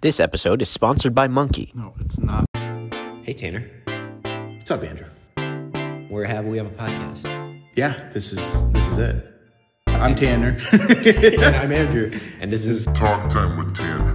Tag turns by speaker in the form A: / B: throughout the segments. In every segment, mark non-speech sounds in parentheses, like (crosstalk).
A: This episode is sponsored by Monkey.
B: No, it's not.
C: Hey Tanner,
D: What's up, Andrew?
C: where have we have a podcast,
D: Yeah, this is this is it. I'm Tanner. (laughs)
C: and I'm Andrew, and this is
E: Talk Time with Tanner.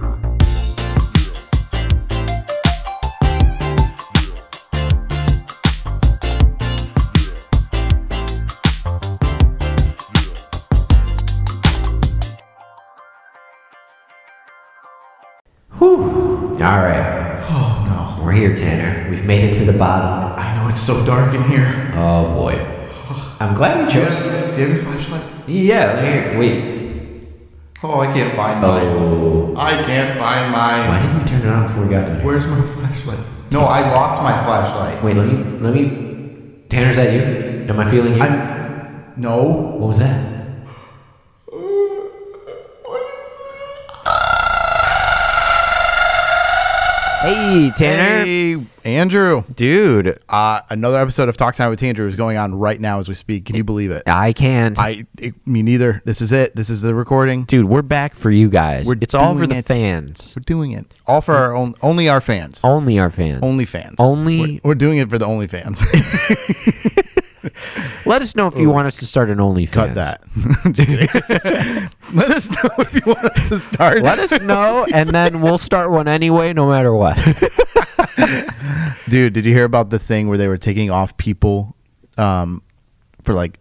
C: all right. Oh no, we're here, Tanner. We've made it to the bottom.
B: I know it's so dark in here.
C: Oh boy, I'm glad we
B: Do you
C: chose.
B: have, do you have your flashlight?
C: Yeah, let me hear. Wait.
B: Oh, I can't find mine.
C: Oh,
B: I can't find
C: why
B: mine.
C: didn't we turn it on before we got down here?
B: Where's my flashlight? No, I lost my flashlight.
C: Wait, let me, let me. Tanner's that you? Am I feeling you?
B: I'm. No.
C: What was that?
A: Hey, Tanner.
B: Hey, Andrew.
A: Dude,
B: Uh, another episode of Talk Time with Andrew is going on right now as we speak. Can you believe it?
A: I can't.
B: I. It, me neither. This is it. This is the recording.
A: Dude, we're back for you guys.
B: We're
A: it's all for
B: doing
A: the
B: it.
A: fans.
B: We're doing it all for our own. Only our fans.
A: Only our fans.
B: Only fans.
A: Only-
B: We're, we're doing it for the only fans.
A: Let us know if you want us to start an OnlyFans.
B: (laughs) Oh. Cut that. (laughs) Just kidding. (laughs) Let us know if you want us to start.
A: Let us know, and then we'll start one anyway, no matter what.
B: (laughs) Dude, did you hear about the thing where they were taking off people um, for like,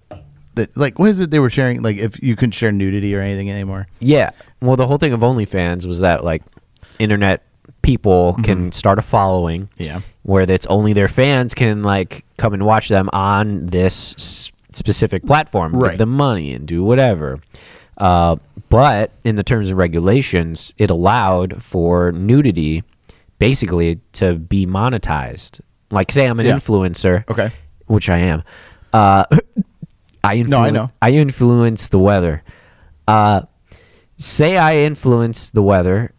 B: that, like what is it they were sharing? Like if you couldn't share nudity or anything anymore.
A: Yeah. Well, the whole thing of OnlyFans was that like internet people can start a following.
B: Mm-hmm. Yeah.
A: Where it's only their fans can like come and watch them on this s- specific platform,
B: Right.
A: give them money and do whatever. Uh, but in the terms and regulations, it allowed for nudity basically to be monetized. Like, say I'm an
B: Yeah.
A: influencer,
B: Okay.
A: which I am. Uh, I influence,
B: No, I know.
A: I influence the weather. Uh, say I influence the weather.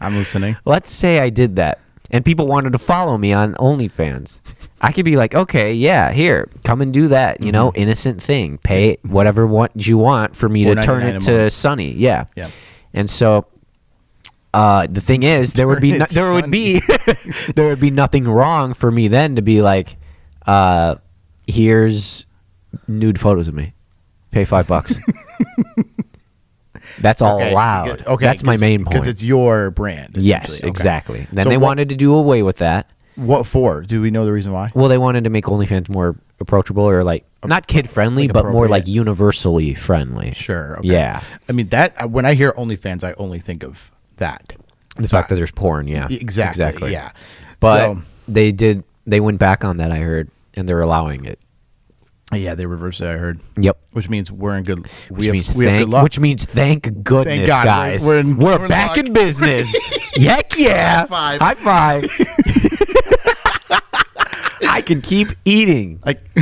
B: I'm listening.
A: Let's say I did that, and people wanted to follow me on OnlyFans. I could be like, okay, yeah, here, come and do that. You
B: Mm-hmm.
A: know, innocent thing. Pay whatever what you want for me to turn
B: $4.99
A: it
B: a
A: to
B: month.
A: Sunny. Yeah.
B: Yeah.
A: And so. Uh, the
B: (laughs)
A: thing is, there would be
B: Turn
A: no,
B: it
A: there would be (laughs) there would be nothing wrong for me then to be like, uh, here's nude photos of me, pay five bucks.
B: (laughs)
A: That's all allowed.
B: Okay.
A: that's my
B: 'cause-
A: main
B: Because
A: point.
B: it's your brand.
A: Yes,
B: essentially. Okay.
A: exactly. Then
B: So
A: they
B: what-
A: wanted to do away with that.
B: What for? Do we know the reason why?
A: Well, they wanted to make OnFans more approachable or like not kid friendly,
B: like
A: but more like
B: appropriate.
A: universally friendly.
B: Sure. Okay.
A: Yeah.
B: I mean that uh, when I hear OnlyFans, I only think of that.
A: The fact that there's porn. Yeah.
B: Exactly. Yeah.
A: But
B: So-
A: they did. They went back on that. I heard, and they're allowing it.
B: yeah, they reversed it. I heard.
A: Yep.
B: Which means we're in good.
A: Which
B: we
A: means
B: have, we have
A: thank,
B: good luck.
A: which means thank goodness,
B: God, we're-
A: guys. We're,
B: we're in- we're in
A: back
B: luck.
A: in
B: (laughs)
A: business. Heck yeah!
B: High five.
A: High
B: (laughs)
A: five. (laughs) I can keep eating.
B: Like (laughs)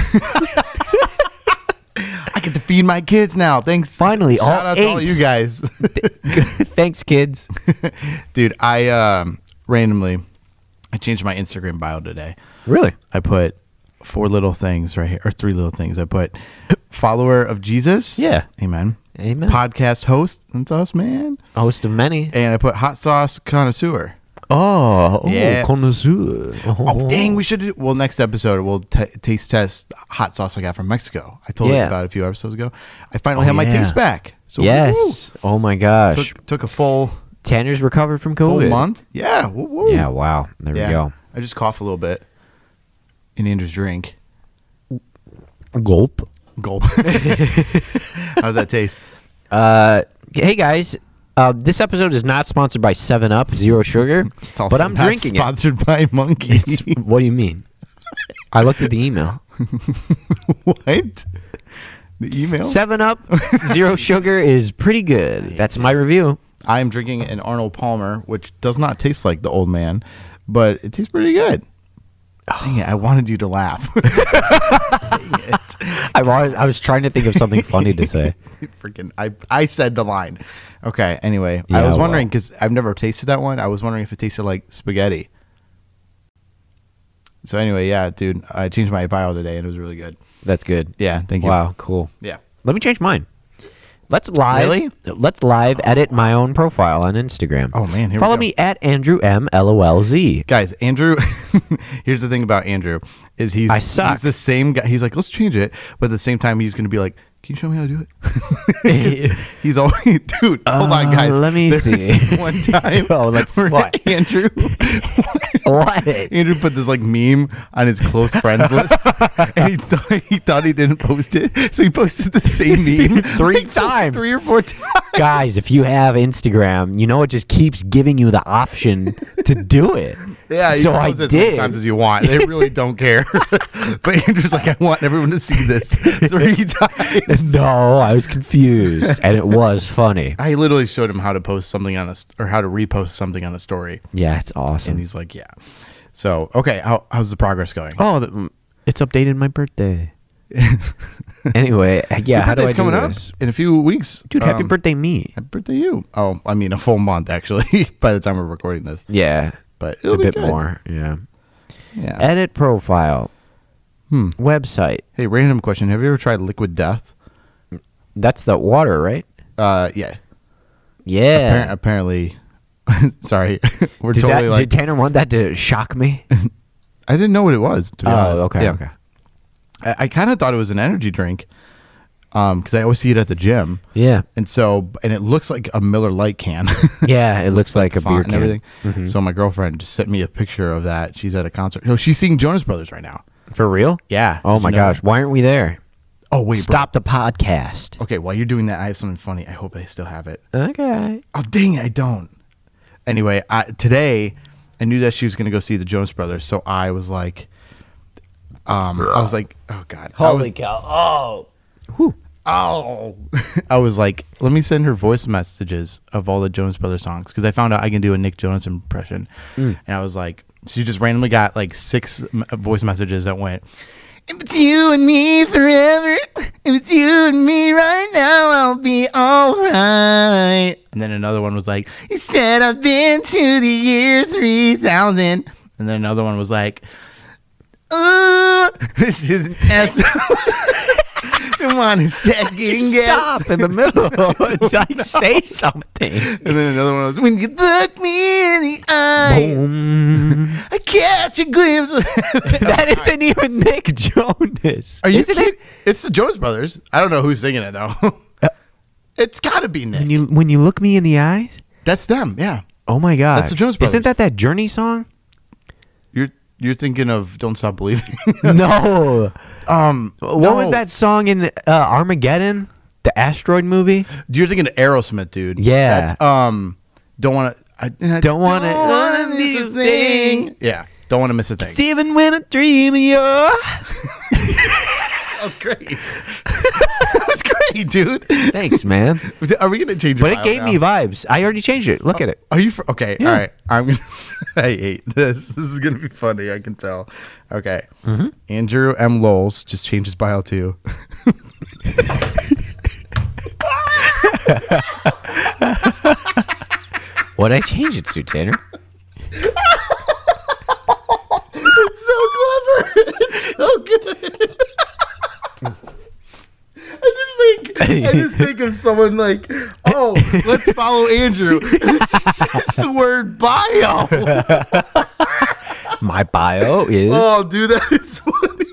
B: I get to feed my kids now. Thanks.
A: Finally, all
B: Shout out to all
A: eight.
B: you guys. (laughs)
A: Thanks, kids.
B: Dude, I um randomly I changed my Instagram bio today.
A: Really?
B: I put four little things right here or three little things. I put follower of Jesus.
A: Yeah.
B: Amen.
A: Amen.
B: Podcast host. That's us, man.
A: Host of many.
B: And I put hot sauce connoisseur.
A: Oh, oh,
B: Yeah.
A: connoisseur.
B: Oh, dang, we should do. Well, next episode, we'll t- taste test hot sauce I got from Mexico. I told
A: Yeah.
B: you about it a few episodes ago. I finally
A: Oh,
B: have my
A: yeah.
B: taste back. So,
A: Yes. Oh my
B: woo,
A: gosh.
B: took, took a full,
A: Tanner's recovered from
B: full
A: COVID.
B: month. Yeah. woo, woo.
A: Yeah. Wow. There
B: Yeah.
A: we go.
B: I just cough a little bit in Andrew's drink.
A: Gulp.
B: Gulp. (laughs) How's that taste?
A: Uh, hey guys, uh, this episode is not sponsored by Seven Up Zero Sugar,
B: (laughs) It's also
A: but I'm
B: not
A: drinking it.
B: sponsored by (laughs) monkeys.
A: (laughs) It's- what do you mean? I looked at the
B: (laughs)
A: email.
B: what? The email?
A: Seven Up
B: (laughs)
A: Zero Sugar is pretty good. That's my review.
B: I'm drinking an Arnold Palmer, which does not taste like the old man, but it tastes pretty good. Dang it, I wanted you to laugh. (laughs)
A: I was I was trying to think of something funny to
B: (laughs)
A: say.
B: Freaking, I, I said the line. Okay, anyway, I
A: Yeah,
B: was
A: well.
B: wondering because I've never tasted that one. I was wondering if it tasted like spaghetti. So, anyway, yeah, dude, I changed my bio today and it was really good.
A: That's good.
B: Yeah, thank you.
A: Wow. Cool.
B: Yeah.
A: Let me change mine. Let's live.
B: Really?
A: Let's live edit my own profile on Instagram.
B: Oh, man, here we
A: Follow
B: go.
A: me at Andrew M L O L Z.
B: guys andrew (laughs) here's the thing about andrew is he's
A: I suck.
B: he's the same guy he's like let's change it but at the same time he's gonna be like can you show me how to do it (laughs)
A: (laughs)
B: 'Cause he's always (laughs) dude hold on
A: Uh,
B: guys
A: let me
B: There was
A: see.
B: (laughs) one time
A: (laughs) Oh, let's-
B: where
A: what?
B: (laughs) andrew
A: (laughs) What?
B: andrew put this like meme on his close friends list and
A: (laughs)
B: he thought he thought he didn't post it so he posted the same
A: (laughs)
B: meme (laughs)
A: Three
B: like,
A: times.
B: three or four times
A: Guys, if you have Instagram, you know it just keeps giving you the option to do it.
B: (laughs) Yeah, you
A: So
B: can
A: I
B: post As many
A: did.
B: times as you want. They really
A: (laughs)
B: don't care. (laughs) but Andrew's like, I want everyone to see this three
A: (laughs)
B: times. (laughs)
A: No, I was confused, and it was funny.
B: I literally showed him how to post something on a st- or how to repost something on a story,
A: Yeah, it's awesome.
B: and he's like, yeah. So okay, how, how's the mm, progress going?
A: Oh, the, it's updated my
B: (laughs)
A: birthday. anyway, uh, yeah,
B: Your
A: how do I
B: birthday's
A: do
B: coming
A: this?
B: up in a few weeks,
A: Dude, happy
B: Um,
A: birthday me.
B: Happy birthday, you! Oh, I mean a full month actually. (laughs) by the time we're recording this,
A: Yeah,
B: but it'll
A: a
B: be
A: bit
B: good. Uh,
A: more. Yeah.
B: Yeah.
A: Edit profile.
B: Hmm.
A: Website.
B: hey, random question: Have you ever tried Liquid Death?
A: That's the water, right?
B: Uh, yeah. Appar-
A: Yeah.
B: apparently, (laughs) sorry, (laughs) we're
A: Did,
B: totally
A: that,
B: like
A: did Tanner want that to shock
B: (laughs)
A: me?
B: I didn't know what it was. To be honest.
A: oh, okay,
B: Yeah.
A: okay.
B: I, I kind of thought it was an energy drink, um, because I always see it at the gym,
A: Yeah,
B: and so and it looks like a Miller Lite can, (laughs)
A: yeah. It looks like a
B: font
A: beer
B: and
A: can. Mm-hmm.
B: everything. So my girlfriend just sent me a picture of that. She's at a concert. No, she's seeing Jonas Brothers right now.
A: For real?
B: Yeah.
A: Oh
B: Did you
A: my
B: know
A: gosh,
B: that?
A: why aren't we there?
B: Oh wait, bro.
A: Stop the podcast.
B: Okay, while you're doing that, I have something funny. I hope I still have it.
A: Okay.
B: Oh dang it, I don't. Anyway, I, today I knew that she was gonna go see the Jonas Brothers, so I was like, um, I was like, oh god, I was-
A: cow! Oh,
B: Oh, (laughs) I was like, let me send her voice messages of all the Jonas Brothers songs because I found out I can do a Nick Jonas impression, and I was like, she just randomly got like six m- uh, voice messages that went, "If it's you and me forever, if it's you and me right now, I'll be all right." And then another one was like, "You said I've been to the year three thousand, and then another one was like, "Ooh, Uh, (laughs) this is an
A: (laughs)
B: S." Come on, a second guess.
A: stop in the (laughs) middle. like, say
B: (laughs)
A: something.
B: And then another one was, when you look me in the eye, (laughs)
A: Boom.
B: I catch a glimpse
A: (laughs)
B: of (laughs)
A: that isn't even Nick Jonas.
B: Are you
A: isn't
B: kidding?
A: it?
B: It's the Jonas Brothers. I don't know who's singing it, though. (laughs)
A: Uh,
B: it's got to be Nick.
A: When you when you look me in the eyes,
B: That's them, yeah.
A: oh my god,
B: That's the Jonas Brothers.
A: Isn't that that Journey song?
B: You're you're thinking of Don't Stop Believing.
A: (laughs)
B: (laughs)
A: no.
B: um,
A: (laughs) What
B: no.
A: was that song in uh, Armageddon, the asteroid movie?
B: You're thinking of Aerosmith, dude.
A: Yeah.
B: That's, um, don't want to. I, I
A: Don't wanna-
B: wanna miss a thing. Yeah. Don't want to miss a thing.
A: Even when I dream of you.
B: Oh, great. (laughs) that was great, dude.
A: (laughs) Thanks, man.
B: Are we gonna change? your
A: But it
B: bio
A: gave
B: now?
A: me vibes. I already changed it. Look at (laughs) it.
B: Are you fr- okay?
A: Yeah.
B: All right. I'm. Gonna, (laughs) I hate this. This is gonna be funny. I can tell. Okay.
A: Mm-hmm.
B: Andrew M. Lowles just changed his bio too. (laughs)
A: What I change it to, Tanner?
B: so clever. It's so good. (laughs) I just think I just think of someone like, oh, let's follow Andrew. (laughs) It's the word
A: (laughs)
B: bio.
A: My (laughs) bio is
B: Oh, dude, that is funny.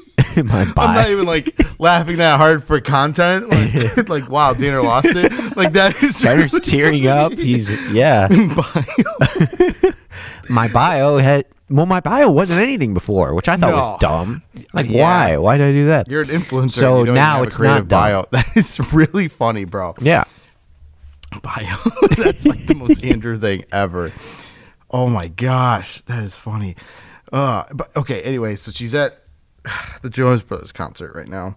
A: my
B: I'm not
A: bio.
B: even like laughing that hard for content. Like, (laughs) like wow, Tanner lost it. Like that is
A: (laughs) Tanner's
B: really
A: (laughs) tearing
B: (laughs)
A: up. He's (laughs) yeah.
B: bio.
A: My bio had well, my bio wasn't anything before, which I thought
B: No.
A: was dumb. Like
B: Yeah.
A: why? Why did I do that?
B: (laughs) You're an influencer.
A: So
B: you don't even
A: now
B: have a
A: it's
B: creative
A: not dumb.
B: bio. (laughs) That is really funny, bro.
A: yeah.
B: Bio. (laughs) That's like the
A: (laughs)
B: most Andrew thing ever. Oh my gosh, that is funny. Uh, but okay. Anyway, so she's at (sighs) the Jonas Brothers concert right now,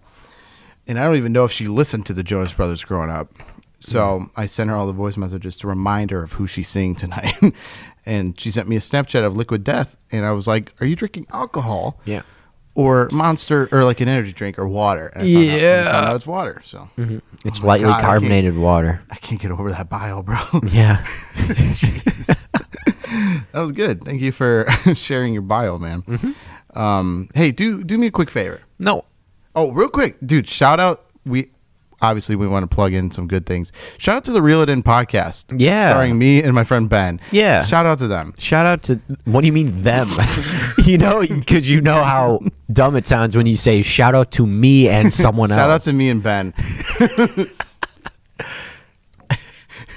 B: and I don't even know if she listened to the Jonas Brothers growing up. So
A: Mm.
B: I sent her all the voice messages to remind her of who she's seeing tonight, (laughs) and she sent me a Snapchat of Liquid Death, and I was like, "Are you drinking alcohol?"
A: Yeah.
B: or monster or like an energy drink or water. And I found out-
A: Yeah. Mm-hmm.
B: I found out it's water. So
A: It's
B: my
A: lightly
B: God, I can't-
A: carbonated water.
B: I can't get over that bio, bro.
A: (laughs) Yeah.
B: that was good. Thank you for (laughs) sharing your bio, man.
A: Mm-hmm.
B: Um, hey, do do me a quick favor.
A: No.
B: Oh, real quick, dude, shout out. We obviously we want to plug in some good things. Shout out to the Reel It In podcast.
A: Yeah.
B: Starring me and my friend Ben.
A: Yeah.
B: Shout out to them.
A: Shout out to what do you mean them? (laughs) you know, because you know how dumb it sounds when you say shout out to me
B: (laughs)
A: and someone
B: Shout out
A: else.
B: to me and Ben. (laughs)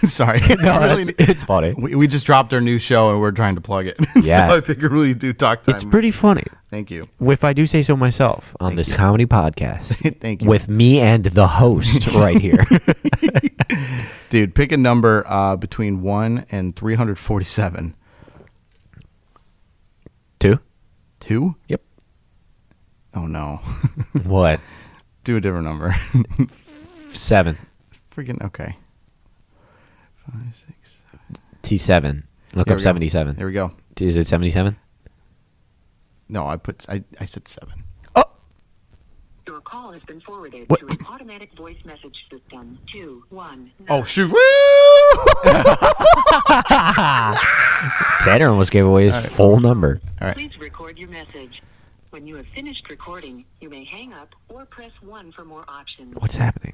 B: Sorry.
A: (laughs) No,
B: Really-
A: that's- it's funny.
B: we, we just dropped our new show and we're trying to plug it. (laughs)
A: Yeah.
B: so I figure we do talk time.
A: It's pretty funny,
B: Thank you.
A: if I do say so myself, on this comedy podcast.
B: (laughs) Thank you.
A: With me and the host right here.
B: (laughs) Dude, pick a number uh, between 1 and 347.
A: Two?
B: 2?
A: Yep.
B: Oh, no. (laughs)
A: What?
B: do a different number. (laughs)
A: Seven.
B: Freaking okay. Five, six.
A: T seven. Look
B: There
A: up
B: we go.
A: seventy seven.
B: There we go.
A: Is it seventy seven?
B: No, I put I, I said seven.
E: Your call has been forwarded
A: What?
E: to an automatic voice message system. Two one.
B: Oh shoot! Woo! (laughs)
A: Tanner almost gave away his full number.
E: Please record your message. When you have finished recording, you may hang up or press one for more options.
A: What's
B: (laughs)
A: happening?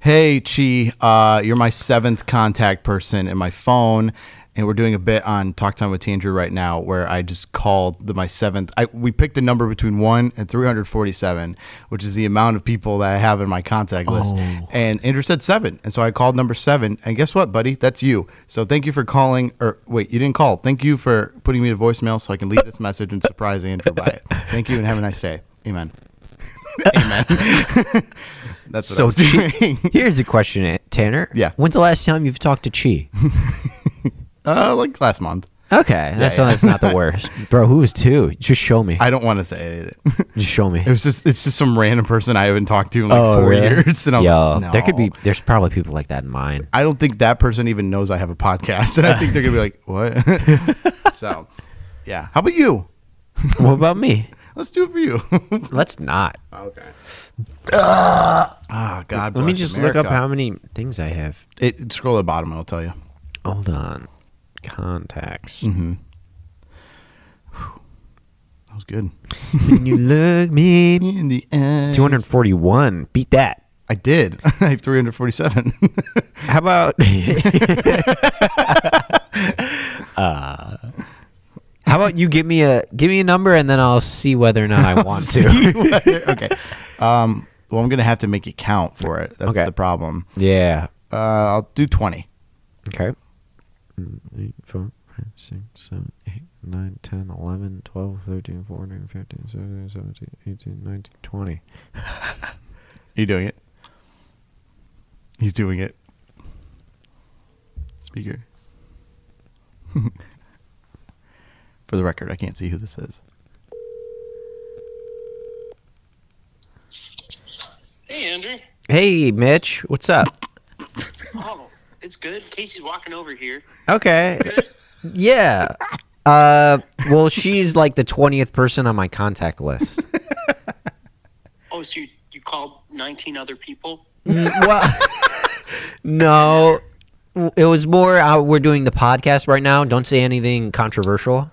B: hey Chi, uh, you're my seventh contact person in my phone, and we're doing a bit on Talk Time with Tandrew right now, where I just called the my seventh. I we picked a number between one and three hundred forty-seven, which is the amount of people that I have in my contact list. And Andrew said seven, and so I called number seven. And guess what, buddy? That's you. So thank you for calling. Or wait, you didn't call. Thank you for putting me to voicemail so I can leave this message and surprise Andrew by it. Thank you, and have a nice day. Amen. Amen. (laughs) That's what I
A: So
B: was doing.
A: Here's a question, eh, Tanner.
B: Yeah.
A: When's the last time you've talked to Chi?
B: Uh, like last month.
A: Okay, that's,
B: yeah.
A: that's not the
B: (laughs)
A: worst, bro. Who was two? Just show me.
B: I don't want to say it.
A: Just show me.
B: (laughs) It was just it's just some random person I haven't talked to in like
A: Oh,
B: four
A: really?
B: years. And I'm
A: Yo,
B: like, no.
A: there could be. There's probably people like that in
B: (laughs)
A: mine.
B: I don't think that person even knows I have a podcast, and I think they're gonna be like,
A: (laughs)
B: what? (laughs) so, yeah. How about you?
A: what about me?
B: Let's do it for you. (laughs)
A: Let's not.
B: okay. Ah, God.
A: Let me
B: bless
A: just look
B: America.
A: up how many things I have.
B: It, scroll to the bottom, and I'll tell you.
A: Hold on. Contacts.
B: Mm-hmm. That was good.
A: When you look me.
B: In the end,
A: 241. Beat that.
B: I did. (laughs) I have 347.
A: How
B: (laughs)
A: about? (laughs) uh, Uh, how about you give me a give me a number and then I'll see whether or not I want to. (laughs)
B: okay. Um. (laughs) Well, I'm gonna have to make it count for it. That's
A: Okay.
B: the problem.
A: Yeah.
B: Uh, I'll do 20.
A: Okay. Mm, eight, four, five, six, seven, eight, nine, 10, 11, 12, 13, 14, 15, 16, 17, 18, 19, 20.
B: You doing it? He's doing it. Speaker. (laughs) For the record, I can't see who this is.
F: Hey, Andrew.
A: Hey, Mitch. What's up?
F: Oh, it's good. Casey's walking over here.
A: Okay. Yeah. Uh, well, she's like the 20th person on my contact list.
F: Oh, so you, you called 19 other people?
A: well, (laughs) no. It was more, uh, we're doing the podcast right now. Don't say anything controversial.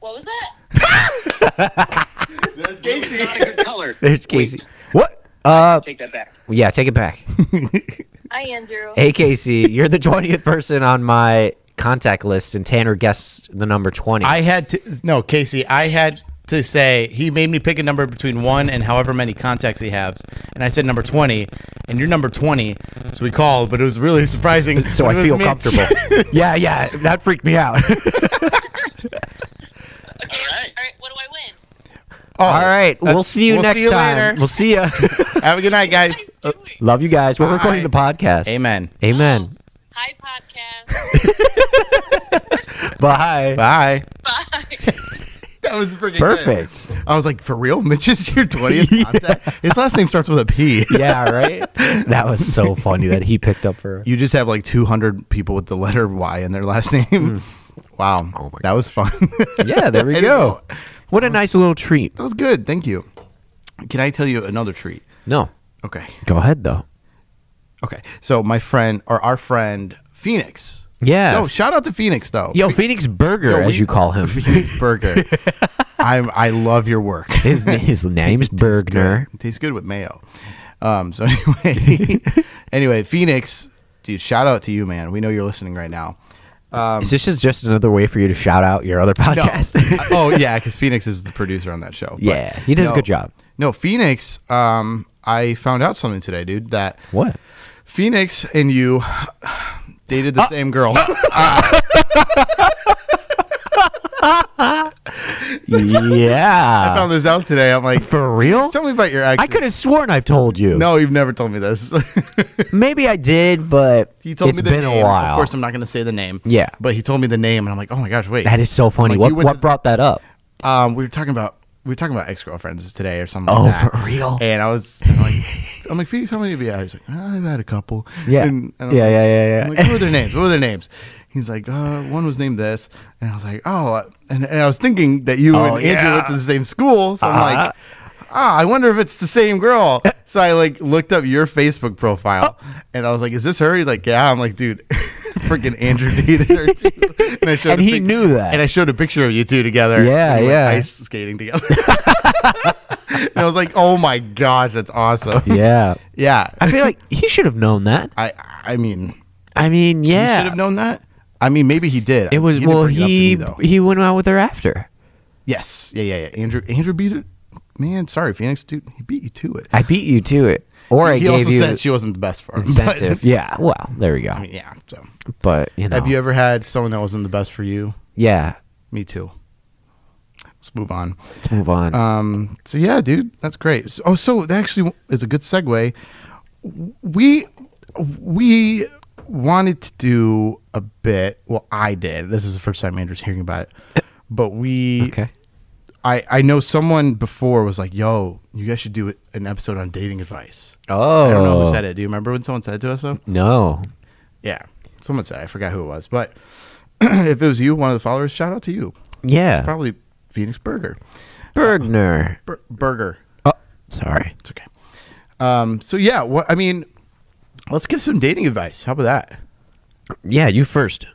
G: What was that?
F: Casey. Not a good color.
A: There's Casey. What? Uh,
F: Take that back.
A: yeah, take it (laughs) back.
G: Hi, Andrew.
A: Hey Casey, you're the twentieth person on my contact list, and Tanner guessed the number twenty.
B: I had to no, Casey. I had to say he made me pick a number between one and however many contacts he has, and I said number 20, and you're number 20, so we called, but it was really surprising.
A: so
B: when it
A: I
B: was
A: feel
B: Mitch.
A: comfortable. yeah, yeah, that freaked me out.
G: Okay. All right. What do I win?
B: (laughs)
A: (laughs)
B: Oh,
A: All right, we'll see you
B: we'll
A: next
B: see you
A: time.
B: later.
A: We'll see (laughs) ya.
B: Have a good night, guys.
A: Love you guys. We're recording the
B: Bye.
A: podcast.
B: Amen.
A: Amen.
G: Hi, podcast.
A: Bye.
B: Bye.
G: Bye.
B: That was freaking
A: Perfect.
B: I was like, for real? (laughs) Mitch is
A: (laughs)
B: your 20th contact? His last name starts with a P.
A: yeah, (laughs) right. That was so funny that he picked up (laughs) for.
B: You just have like 200 people with the letter Y in their last (laughs) name.
A: Mm.
B: Wow. that was fun. (laughs) that
A: Oh Yeah, there we
B: I
A: go.
B: know.
A: What a nice little treat.
B: was good. Thank you. Can I tell you another treat?
A: No,
B: Okay.
A: go ahead though.
B: Okay. So, my friend or our friend Phoenix.
A: Yeah.
B: No, shout out to Phoenix, though.
A: Yo, Phoenix Burger,
B: Yo,
A: as
B: we-
A: you call him.
B: (laughs) Phoenix Burger. I'm, I love your
A: (laughs)
B: work.
A: His his name's (laughs)
B: Tastes good.
A: Bergner.
B: Tastes good with mayo. Um, so (laughs) anyway, anyway, Phoenix, dude, shout out to you, man. We know you're listening right now.
A: Is this just, just another way for you to shout out your other
B: (laughs) No.
A: podcast?
B: oh yeah, because Phoenix is the producer on that show. but-
A: yeah, he does a
B: No.
A: good job.
B: No, Phoenix. Um, I found out something today, dude. That (laughs)
A: What?
B: Phoenix and you dated
A: Uh,
B: the same girl. (laughs) I (laughs)
A: yeah.
B: found this out today. I'm like,
A: For real?
B: tell me about your ex.
A: I could have sworn I've told you.
B: No, you've never told me this. (laughs)
A: Maybe I did, but
B: he told
A: it's
B: me the
A: been
B: name.
A: a while.
B: Of course, I'm not going to say the name.
A: Yeah.
B: but he told me the name, and I'm like, oh my gosh, wait.
A: that is so funny.
B: Like, you
A: what
B: went
A: what
B: to-
A: brought that up?
B: um, we were talking about we were talking about ex girlfriends today or something.
A: Oh,
B: like that.
A: for real?
B: And I was I'm like, I'm like, Phoenix, how many have you had? He's like, "Ah, I've had a couple.
A: Yeah.
B: And, and I'm
A: Yeah,
B: like-
A: yeah, yeah, yeah.
B: I'm like, what were their names? What were their names? He's like, uh, one was named this, and I was like, oh, and, and I was thinking that you
A: Oh,
B: and Andrew
A: yeah.
B: went to the same school, so I'm
A: Uh-huh.
B: like. Ah, I wonder if it's the same girl. So I like looked up your Facebook profile,
A: Oh.
B: and I was like, "Is this her?" He's like, "Yeah." I'm like, "Dude, (laughs) freaking Andrew dated her too." (laughs) And, I showed
A: And
B: a
A: he
B: pic-
A: knew that.
B: And I showed a picture of you two together.
A: Yeah,
B: and we went
A: yeah.
B: Ice skating together. and I was like, "Oh my gosh, that's awesome."
A: (laughs) Yeah.
B: (laughs) yeah.
A: I feel like he should have known that.
B: I I mean,
A: I mean,
B: he
A: yeah.
B: should have known that. I mean, maybe he did.
A: It was
B: didn't
A: well
B: bring it up to
A: he
B: me, though.
A: he went out with her after.
B: yes, yeah, yeah, yeah. Andrew, Andrew beat it. Man, sorry, Phoenix, dude, he beat you to it.
A: I beat you to it. Or I
B: he
A: gave
B: also
A: you
B: said she wasn't the best for him. (laughs) but-
A: incentive. yeah. Well, there we go.
B: I mean, yeah. So,
A: but you know.
B: have you ever had someone that wasn't the best for you?
A: yeah.
B: Me too. Let's move on.
A: Let's move on.
B: Um. So yeah, dude, that's great. So, oh, so that actually is a good segue. We we wanted to do a bit. Well, I did. This is the first time Andrew's hearing about it. But we
A: okay.
B: I, I know someone before was like, "Yo, you guys should do an episode on dating advice."
A: Oh.
B: I don't know who said it. Do you remember when someone said it to us? Though,
A: No.
B: yeah, someone said. It. I forgot who it was, but (clears throat) if it was you, one of the followers, shout out to you.
A: Yeah.
B: Probably Phoenix Burger.
A: Bergner.
B: Bur- Burger.
A: Oh, sorry.
B: It's okay. Um. So yeah, what I mean, let's give some dating advice. How about that?
A: Yeah, you first.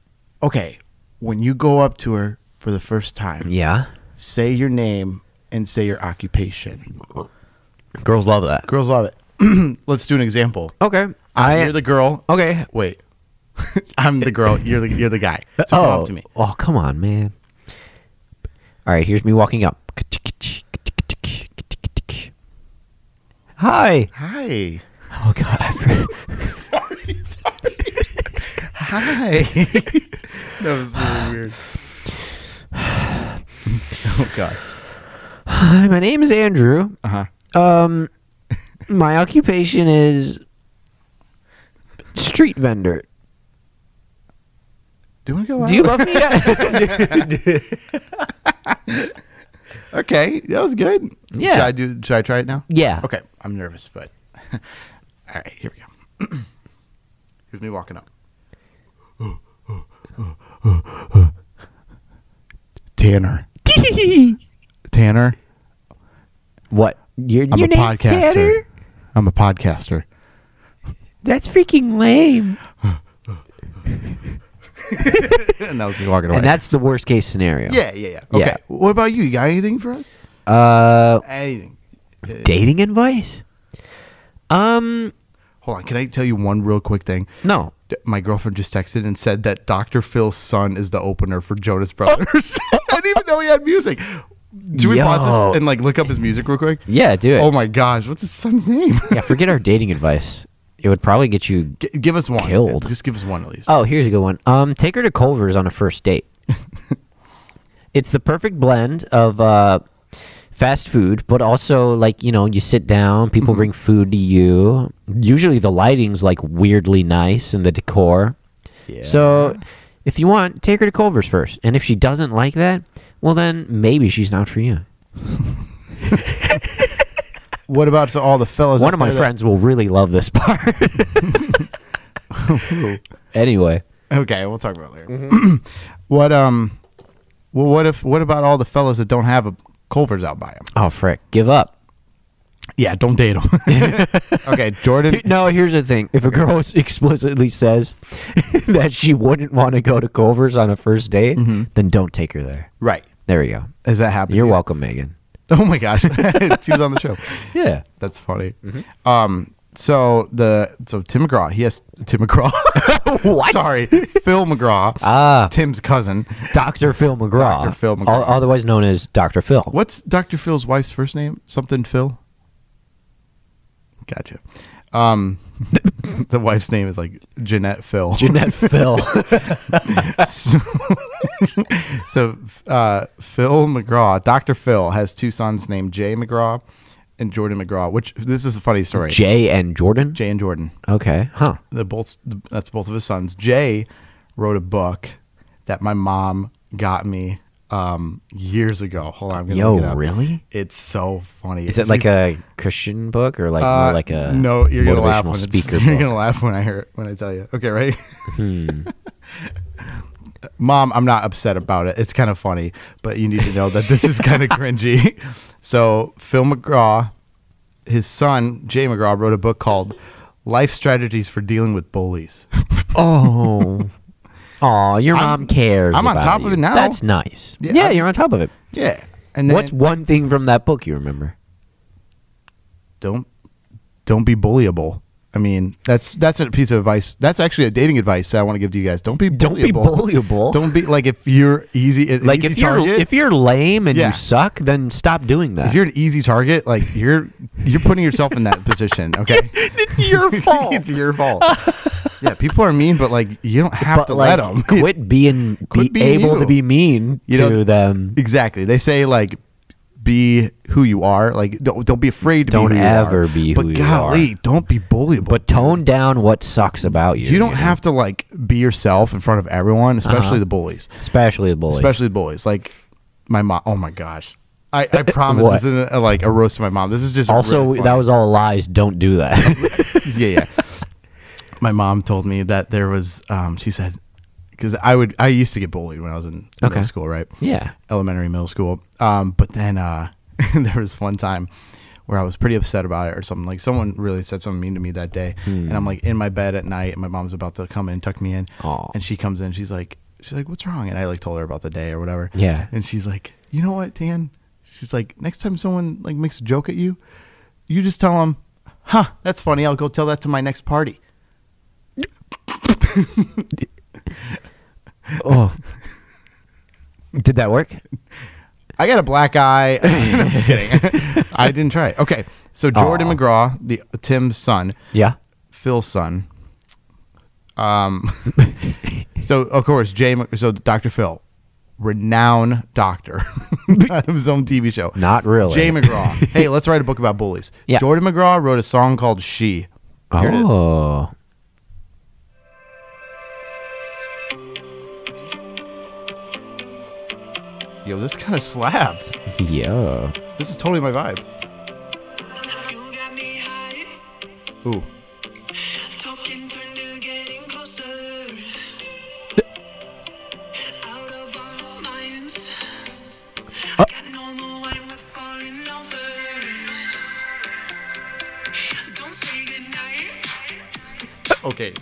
B: Okay, when you go up to her for the first time,
A: Yeah.
B: say your name and say your occupation.
A: Girls love that.
B: Girls love it. (clears throat) let's do an example.
A: Okay.
B: you're the girl.
A: Okay.
B: Wait. (laughs) I'm the girl. You're the you're the guy. So come up to me.
A: Oh, come on, man. All right, here's me walking up. Hi.
B: Hi.
A: Oh god, I forgot.
B: Hi. (laughs) that was really weird. (sighs) oh god.
A: Hi, my name is Andrew.
B: Uh-huh.
A: Um my occupation is street vendor.
B: Do you want to go out?
A: Do you love (laughs) me?
B: okay, that was good.
A: Yeah.
B: Should I do should I try it now?
A: yeah.
B: Okay. I'm nervous, but (laughs) all right, here we go. (clears throat) Here's me walking up.
A: (laughs)
B: Tanner. Tanner.
A: What? Your,
B: I'm
A: your
B: a
A: name's
B: podcaster.
A: Tanner?
B: I'm a podcaster. (laughs)
A: That's freaking lame.
B: and that was me walking away.
A: And that's the worst case scenario.
B: yeah, yeah, yeah.
A: Yeah.
B: Okay. What about you? You got anything for us?
A: Uh
B: Anything?
A: dating advice? Um
B: Hold on. Can I tell you one real quick thing?
A: no.
B: D- My girlfriend just texted and said that Dr. Phil's son is the opener for Jonas Brothers. (laughs) I didn't even know he had music. Do we pause
A: Yo.
B: this and like look up his music real quick?
A: Yeah, do it.
B: Oh my gosh, what's his son's name? (laughs)
A: Yeah, forget our dating advice. It would probably get you.
B: G- give us one.
A: Killed.
B: Just give us one at least.
A: Oh, here's a good one. Um, take her to Culver's on a first date. it's the perfect blend of uh, fast food, but also like you know, you sit down, people bring food to you. Usually, the lighting's like weirdly nice and the decor.
B: yeah.
A: So, if you want, take her to Culver's first, and if she doesn't like that, well, then maybe she's not for you.
B: what about to all the fellas?
A: One
B: out
A: of my
B: there that-
A: friends will really love this (laughs) part. anyway.
B: Okay, we'll talk about it later. (clears throat) what um, well, what if what about all the fellas that don't have a Culver's out by them?
A: Oh frick! Give up.
B: Yeah, don't date them. (laughs) okay, Jordan.
A: (laughs) No, here's the thing: if a
B: (laughs)
A: girl explicitly says (laughs) that she wouldn't want to go to Culver's on a first date,
B: Mm-hmm.
A: then don't take her there.
B: Right.
A: There you go.
B: Has that happened? to
A: You're
B: you? (laughs)
A: welcome, Megan. (laughs)
B: Oh my gosh, she was on the show.
A: Yeah. Mm-hmm.
B: That's funny. Um, So the so Tim McGraw, he has Tim McGraw.
A: (laughs) What?
B: Sorry, Phil McGraw.
A: (laughs) Ah.
B: Tim's cousin.
A: Dr. Phil McGraw.
B: Dr. Phil McGraw.
A: o- otherwise known as Dr. Phil.
B: What's Dr. Phil's wife's first name? Something Phil. Gotcha. Um, (laughs) the wife's name is like Jeanette Phil.
A: Jeanette Phil.
B: (laughs) so, so, uh, Phil McGraw, Dr. Phil, has two sons named Jay McGraw and Jordan McGraw. Which this is a funny story.
A: Jay and Jordan?
B: Jay and Jordan.
A: Okay. Huh.
B: the both that's both of his sons. Jay wrote a book that my mom got me um years ago. Hold on, I'm gonna
A: Yo,
B: look it up.
A: really?
B: It's so funny.
A: Is it like a Christian book or like more like a
B: Uh, no? You're gonna
A: motivational
B: laugh when it's- (laughs)
A: speaker
B: You're
A: book? Hmm.
B: gonna laugh when I hear it, when I tell you. Okay, right? (laughs) Mom, I'm not upset about it. It's kind of funny, but you need to know that this is
A: (laughs)
B: kind of cringy. So Phil McGraw, his son Jay McGraw, wrote a book called "Life Strategies for Dealing with Bullies."
A: Oh.
B: (laughs)
A: Aw, your mom cares.
B: I'm on
A: about
B: top of
A: you.
B: it now.
A: That's nice.
B: Yeah,
A: Yeah,
B: I'm-
A: you're on top of it.
B: Yeah. And then
A: What's one thing from that book you remember?
B: don't don't be bullyable. I mean, that's that's a piece of advice. That's actually a dating advice that I want to give to you guys. Don't be bullyable.
A: Don't be bullyable.
B: Don't be like if you're easy an
A: Like
B: easy
A: if you're
B: target,
A: if you're lame and
B: Yeah.
A: you suck, then stop doing that.
B: if you're an easy target, like you're you're putting yourself in that
A: (laughs)
B: position, okay?
A: (laughs) it's
B: (laughs)
A: your fault.
B: it's your fault. yeah, people are mean, but like you don't have
A: but
B: to
A: like,
B: let 'em. let them.
A: quit being
B: Quit
A: be
B: being
A: able
B: you.
A: to be mean
B: You
A: to
B: know,
A: them.
B: (laughs) Exactly. They say like be who you are. Like don't don't be afraid to
A: Don't
B: be who you
A: ever
B: are.
A: be
B: but
A: who you
B: golly,
A: are.
B: don't be bullyable.
A: But tone down what sucks about you.
B: you don't
A: know?
B: have to like be yourself in front of everyone, especially the bullies.
A: especially the bullies.
B: Especially the bullies. Like my mom. Oh my gosh. I,
A: (laughs)
B: I promise
A: What?
B: this isn't a, like a roast to my mom. This is just
A: also,
B: really
A: that
B: funny.
A: was all lies. Don't do
B: (laughs)
A: that.
B: yeah yeah.
A: (laughs)
B: my mom told me that there was. Um, she said because I would I used to get bullied when I was in middle
A: Okay.
B: school, right?
A: yeah.
B: elementary, middle school. Um, but then uh, (laughs) there was one time where I was pretty upset about it or something. Like someone really said something mean to me that day, and
A: Hmm.
B: I'm like in my bed at night, and my mom's about to come in, tuck me in,
A: Aw.
B: and she comes in, she's like, she's like, what's wrong? And I like told her about the day or whatever.
A: Yeah.
B: and she's like, you know what, Tan? She's like, next time someone like makes a joke at you, you just tell them, huh, that's funny. I'll go tell that to my next party.
A: Oh. Did that
B: (laughs)
A: work?
B: I got a black eye. (laughs) I'm just kidding. (laughs) I didn't try. it. Okay, so Jordan
A: Aw.
B: McGraw, the Tim's son,
A: Yeah.
B: Phil's son. Um, (laughs) so of course Jay. Mc- So Dr. Phil, renowned doctor, (laughs) of his own TV show.
A: Not really. (laughs)
B: Jay McGraw. hey, let's write a book about bullies.
A: Yeah.
B: Jordan McGraw wrote a song called "She." Here it is.
A: oh.
B: Yo, this kind of slaps.
A: Yeah.
B: This is totally my vibe. Ooh. Okay.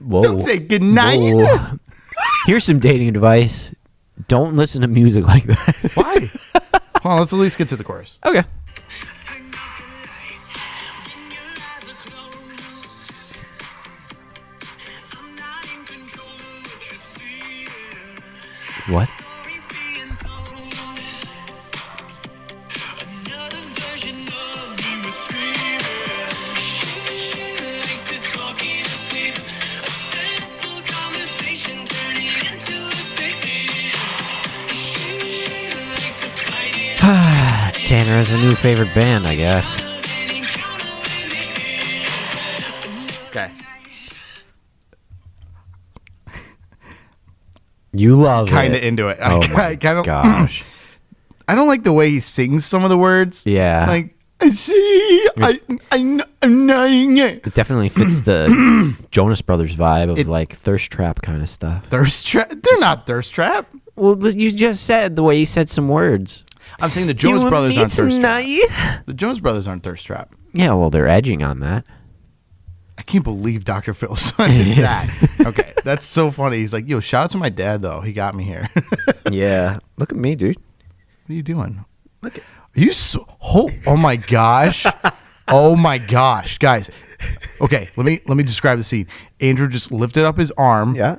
A: Whoa.
B: Don't say goodnight.
A: Whoa. (laughs) Here's some dating advice. Don't listen to music (laughs) like that.
B: Why? Hold on, let's at least get to the chorus.
A: okay. What? Tanner has a new favorite band, I guess.
B: Okay.
A: You love
B: Kind of
A: it.
B: into it. I,
A: Oh my
B: I mm. kind of.
A: gosh.
B: (clears throat) I don't like the way he sings some of the words.
A: Yeah.
B: Like, I see, I, I, kn- I'm knowing it.
A: It definitely fits the
B: (clears throat)
A: Jonas Brothers vibe of
B: It-
A: like thirst trap kind of stuff.
B: Thirst trap? They're not thirst trap.
A: Well, th- you just said the way you said some words.
B: I'm saying the Jonas
A: You
B: Brothers
A: and me
B: aren't thirst trap.
A: tonight?
B: The Jonas Brothers aren't thirst trap.
A: Yeah, well, they're edging on that.
B: I can't believe Dr. Phil (laughs) son did that. Okay, that's so funny. He's like, yo, shout out to my dad though. He got me here. (laughs) what
A: Yeah. Look at me, dude.
B: are you doing? Look. Are You so, oh, oh my gosh. Oh my gosh, guys. Okay, let me let me describe the scene. Andrew just lifted up his arm.
H: Yeah.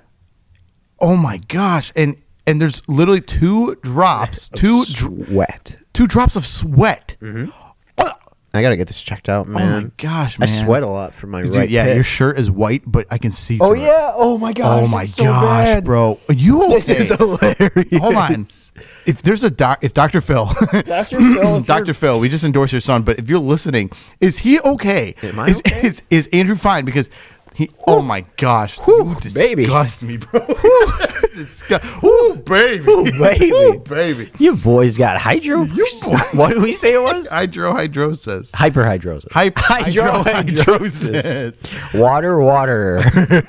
B: Oh my gosh. And and there's literally two (laughs) drops, two dr-
H: Sweat.
B: two drops of sweat. Oh,
H: I gotta get this checked out,
B: oh
H: man.
B: my gosh,
A: I
B: man.
A: sweat a lot from my
B: Dude,
A: right.
B: yeah,
A: pit.
B: your shirt is white, but I can see
H: Oh
B: through it.
H: yeah. Oh my gosh.
B: oh my
H: it's so
B: gosh,
H: bad.
B: bro. Are you okay? (laughs)
H: This is hilarious.
B: Hold on. If there's a doc, if Dr. Phil, (laughs)
H: Dr. Phil, if
B: Dr. Phil, we just endorse your son, but if you're listening, is he okay?
A: Am I
B: is,
A: okay?
B: Is, is Andrew fine? Because he, oh my gosh,
H: Whew,
B: you
H: baby.
B: disgust me, bro. (laughs) disgust, ooh, baby, (laughs) ooh,
A: baby.
B: baby.
A: You boys got hydro. (laughs)
B: boy-
A: what did we say it
B: (laughs)
A: was?
B: Hydrohydrosis.
A: Hyperhidrosis.
B: Hy-
A: Hydrohydrosis.
B: hydrohydrosis.
A: water, water.
B: (laughs)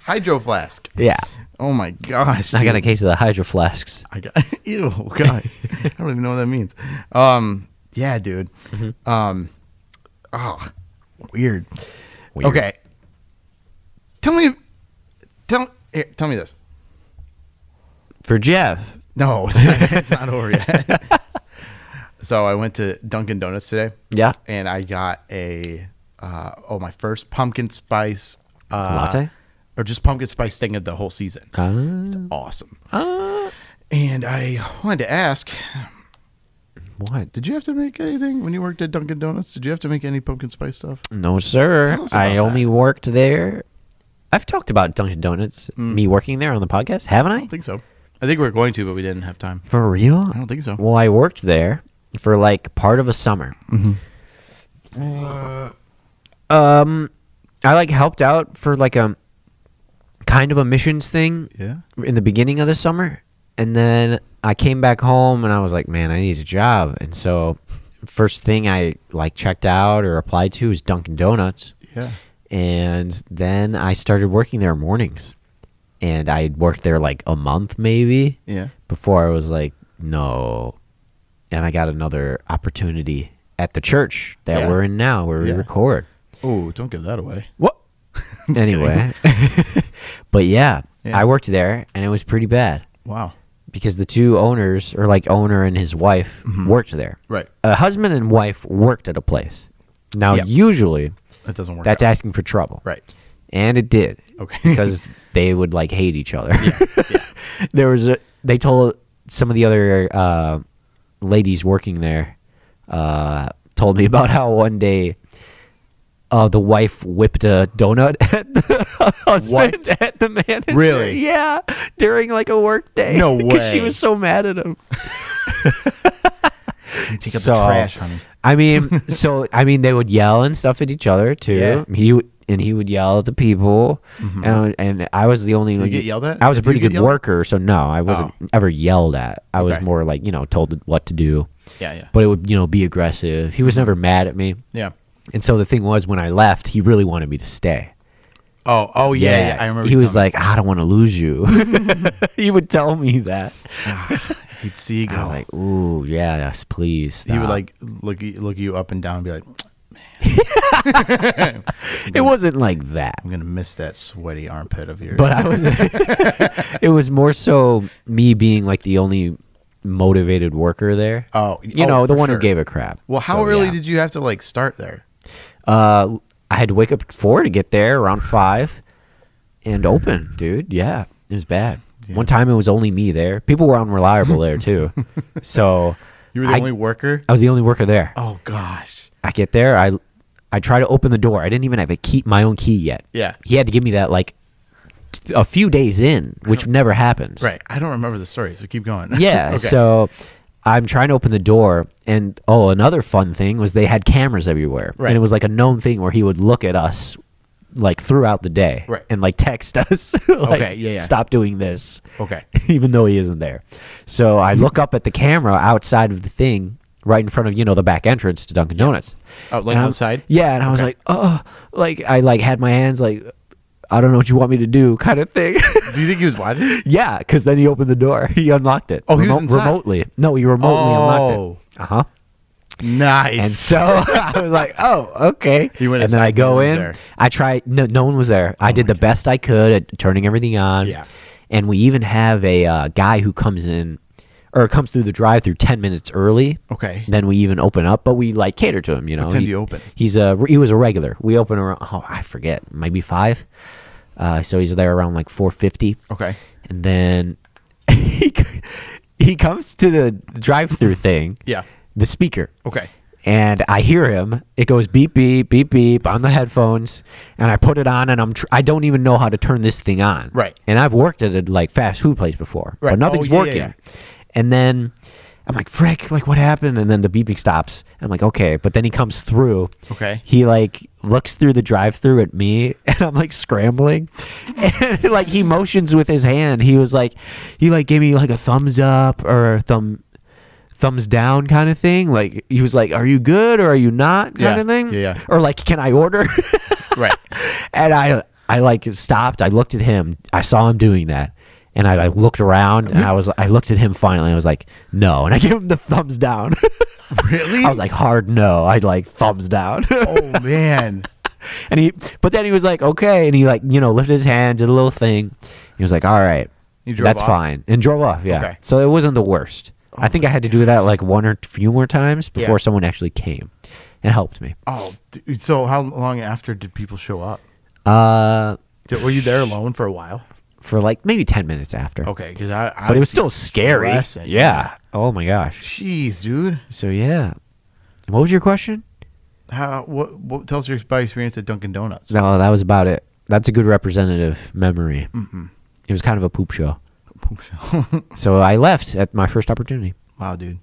B: Hydro flask.
A: yeah.
B: Oh my gosh.
A: I
B: dude.
A: got a case of the hydro flasks.
B: I got (laughs) ew, god. I don't even know what that means. Um, yeah, dude.
A: Mm-hmm.
B: Um, oh, weird.
A: Weird.
B: Okay, tell me, tell here, tell me this.
A: For Jeff.
B: No, (laughs) it's not over yet.
A: (laughs)
B: so I went to Dunkin' Donuts today,
A: Yeah.
B: and I got a uh, oh my first pumpkin spice uh,
A: Latte?
B: or just pumpkin spice thing of the whole season. It's awesome. Ah. and I wanted to ask
A: What?
B: Did you have to make anything when you worked at Dunkin' Donuts? Did you have to make any pumpkin spice stuff?
A: No, sir.
B: Tell us
A: I
B: about
A: only worked there. I've talked about Dunkin' Donuts,
B: Mm.
A: me working there on the podcast, haven't I?
B: think so. I think we were going to, but we didn't have time.
A: For real?
B: I don't think so.
A: Well, I worked there for like part of a summer.
B: Mm-hmm.
A: Um, I like helped out for like a kind of a missions thing
B: Yeah.
A: in the beginning of the summer, and then I came back home and I was like, man, I need a job, and so first thing I like checked out or applied to was Dunkin' Donuts.
B: Yeah.
A: and then I started working there mornings, and I had worked there like a month maybe
B: Yeah.
A: before I was like, no, and I got another opportunity at the church that
B: Yeah.
A: we're in now where we
B: Yeah.
A: record.
B: Oh, don't give that away. (laughs)
A: What? anyway, (laughs) but yeah,
B: Yeah.
A: I worked there and it was pretty bad
B: Wow.
A: because the two owners, or like owner and his wife,
B: Mm-hmm.
A: worked there.
B: Right.
A: A husband and wife worked at a place. Now,
B: Yep.
A: usually,
B: That doesn't work.
A: that's
B: out.
A: asking for trouble.
B: right.
A: and it did.
B: (laughs) Okay.
A: because they would like hate each other. (laughs) there was a, they told some of the other uh, ladies working there uh, told me about how one day uh, the wife whipped a donut (laughs) at the husband
B: What?
A: at the manager.
B: Really?
A: Yeah, during like a work day. (laughs)
B: No
A: she
B: way.
A: was so mad at him.
B: (laughs) Take up
A: So-
B: the trash, honey.
A: I
B: (laughs)
A: mean, so I mean, they would yell and stuff at each other too.
B: Yeah.
A: He w- and he would yell at the people, and, and I was the only.
B: you get yelled at?
A: I was a
B: Did you
A: pretty
B: get
A: good
B: yelled at? Oh.
A: worker, so no, I wasn't ever yelled at. I was
B: Okay.
A: more like you know told what to do,
B: Yeah. Yeah.
A: but it would you know be aggressive.
B: Mm-hmm.
A: He was never mad at me,
B: Yeah.
A: and so the thing was when I left, he really wanted me to stay.
B: Oh. Oh yeah. Yeah. I remember.
A: He
B: you
A: was
B: telling
A: like, I don't want to lose
B: (laughs)
A: you. (laughs) he would tell me that.
B: me. he'd see you
A: I
B: go.
A: was like, Ooh, yeah, yes, please.
B: he Oh. would
A: stop."
B: like look y- look you up and down and be like,
A: It wasn't like that.
B: I'm gonna miss that sweaty armpit of yours.
A: but I was. it was more so me being like the only motivated worker there.
B: Oh,
A: you
B: oh,
A: know, the
B: for
A: one
B: sure.
A: who gave a crap.
B: well, how
A: So,
B: early
A: yeah.
B: did you have to like start there?
A: Uh, I had to wake up at four to get there around five, and open, dude. Yeah, it was bad. One time it was only me there. People were unreliable there too,
B: (laughs)
A: so
B: You were the
A: I-
B: only worker.
A: I was the only worker there.
B: Oh gosh.
A: I get there, I I try to open the door. I didn't even have a key, my own key yet.
B: Yeah.
A: he had to give me that like t- a few days in,
B: Uh-huh.
A: which never happens.
B: Right. I don't remember the story, so keep going.
A: Yeah.
B: (laughs) Okay.
A: So I'm trying to open the door, and oh, another fun thing was they had cameras everywhere,
B: Right.
A: and it was like a known thing where he would look at us like throughout the day,
B: Right.
A: and like text (laughs) us, like,
B: Okay, yeah, yeah.
A: stop doing this,
B: Okay.
A: (laughs) even though he isn't there. So I look up at the camera outside of the thing. Right in front of you know the back entrance to Dunkin' Donuts.
B: Oh, like
A: And I'm-
B: outside?
A: Yeah, and I was like, oh, like I like had my hands like, I don't know what you want me to do, kind of thing. (laughs)
B: Do you think he was watching?
A: Yeah, because then he opened the door. (laughs) He unlocked it.
B: Oh, he was inside.
A: remotely. No, he remotely
B: Oh.
A: unlocked it. Uh huh.
B: nice. (laughs)
A: And so (laughs) I was like, "Oh, okay."
B: He went
A: and then
B: inside,
A: I go
B: no one was
A: in.
B: there. Oh
A: I try. No, no one was there. I did the best I could at turning everything on.
B: Yeah.
A: And we even have a uh, guy who comes in, or comes through the drive through 10 minutes early
B: Okay.
A: than we even open up, but we like cater to him, you know.
B: time
A: He-
B: do you open?
A: He's a he was a regular. We open around oh, I forget, maybe 5. Uh, so he's there around like 450
B: Okay.
A: and then (laughs) he c- he comes to the drive-through thing.
B: Yeah.
A: The speaker.
B: Okay.
A: And I hear him. It goes beep beep beep beep on the headphones, and I put it on, and I'm tr- I don't even know how to turn this thing on.
B: Right.
A: And I've worked at a like fast food place before,
B: Right.
A: but nothing's
B: Oh, yeah, yeah,
A: working. And then I'm like, Frick, like what happened? And then the beeping stops. I'm like, okay. But then he comes through.
B: Okay.
A: He like looks through the drive through at me (laughs) and I'm like scrambling. (laughs) And like he motions with his hand. He was like he like gave me like a thumbs up or a thumb thumbs down kind of thing. Like he was like, Are you good or are you not? kind
B: Yeah.
A: of thing.
B: Yeah, yeah.
A: Or like, can I order? (laughs)
B: Right.
A: and I I like stopped. I looked at him. I saw him doing that, and I like looked around, and I was I looked at him finally. and I was like, no, and I gave him the thumbs down. (laughs)
B: Really?
A: I was like, hard no. I like thumbs down. (laughs)
B: oh man.
A: and he, but then he was like, okay, and he like you know lifted his hand, did a little thing. He was like, all right,
B: He drove
A: that's
B: off?
A: fine, and drove off. Yeah.
B: Okay. Oh
A: So it wasn't the worst. I think I had to do that like one or few more times before someone actually came and helped me.
B: Oh, dude, so how long after did people show up?
A: Uh,
B: Did, were you there alone for a while?
A: for like maybe ten minutes after.
B: Okay, because I, I.
A: but it was still scary.
B: Lesson,
A: yeah. Oh my gosh.
B: Jeez, dude.
A: So yeah. What was your question?
B: How? What? What tells your about your experience at Dunkin' Donuts?
A: No, that was about it. That's a good representative memory.
B: Mm-hmm.
A: It was kind of a poop show.
B: Poop
A: (laughs)
B: (laughs) show.
A: So I left at my first opportunity.
B: wow, dude.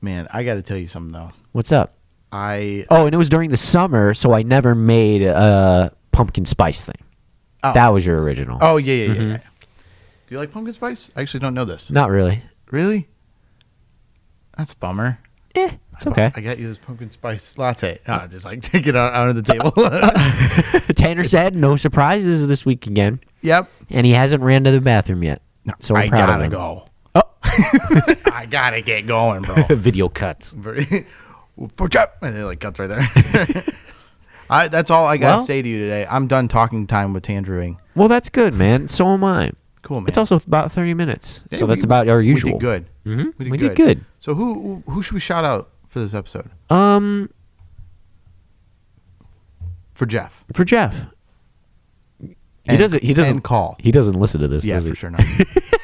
B: Man, I got to tell you something though.
A: What's up?
B: I
A: Oh, and it was during the summer, so I never made a pumpkin spice thing.
B: Oh.
A: That was your original.
B: Oh yeah, yeah, yeah, yeah. Do you like pumpkin spice? I actually don't know this.
A: Not really.
B: Really? That's a bummer.
A: Eh, it's okay.
B: I got you this pumpkin spice latte. Ah, just like (laughs) take it out, out of the (laughs) table.
A: Tanner said no surprises this week again,
B: yep.
A: and he hasn't ran to the bathroom yet. so I'm
B: I
A: proud
B: gotta
A: of him.
B: go.
A: Oh.
B: (laughs) I gotta get going, (laughs) bro.
A: (laughs) Video cuts.
B: Very- (laughs) Push up, and it like cuts right there. (laughs) I, that's all I gotta
A: Well-
B: say to you today. I'm done talking time with Tandrewing.
A: Well, that's good, man. So am I.
B: Cool, man.
A: It's also about 30 minutes.
B: Yeah,
A: so
B: we-
A: that's about our usual.
B: We did good.
A: Mhm. We did good.
B: So who who should we shout out for this episode?
A: Um,
B: For Jeff.
A: for Jeff. He
B: And-
A: doesn't. He doesn't
B: and call.
A: He doesn't listen to this.
B: Yeah,
A: does
B: for
A: he?
B: sure not.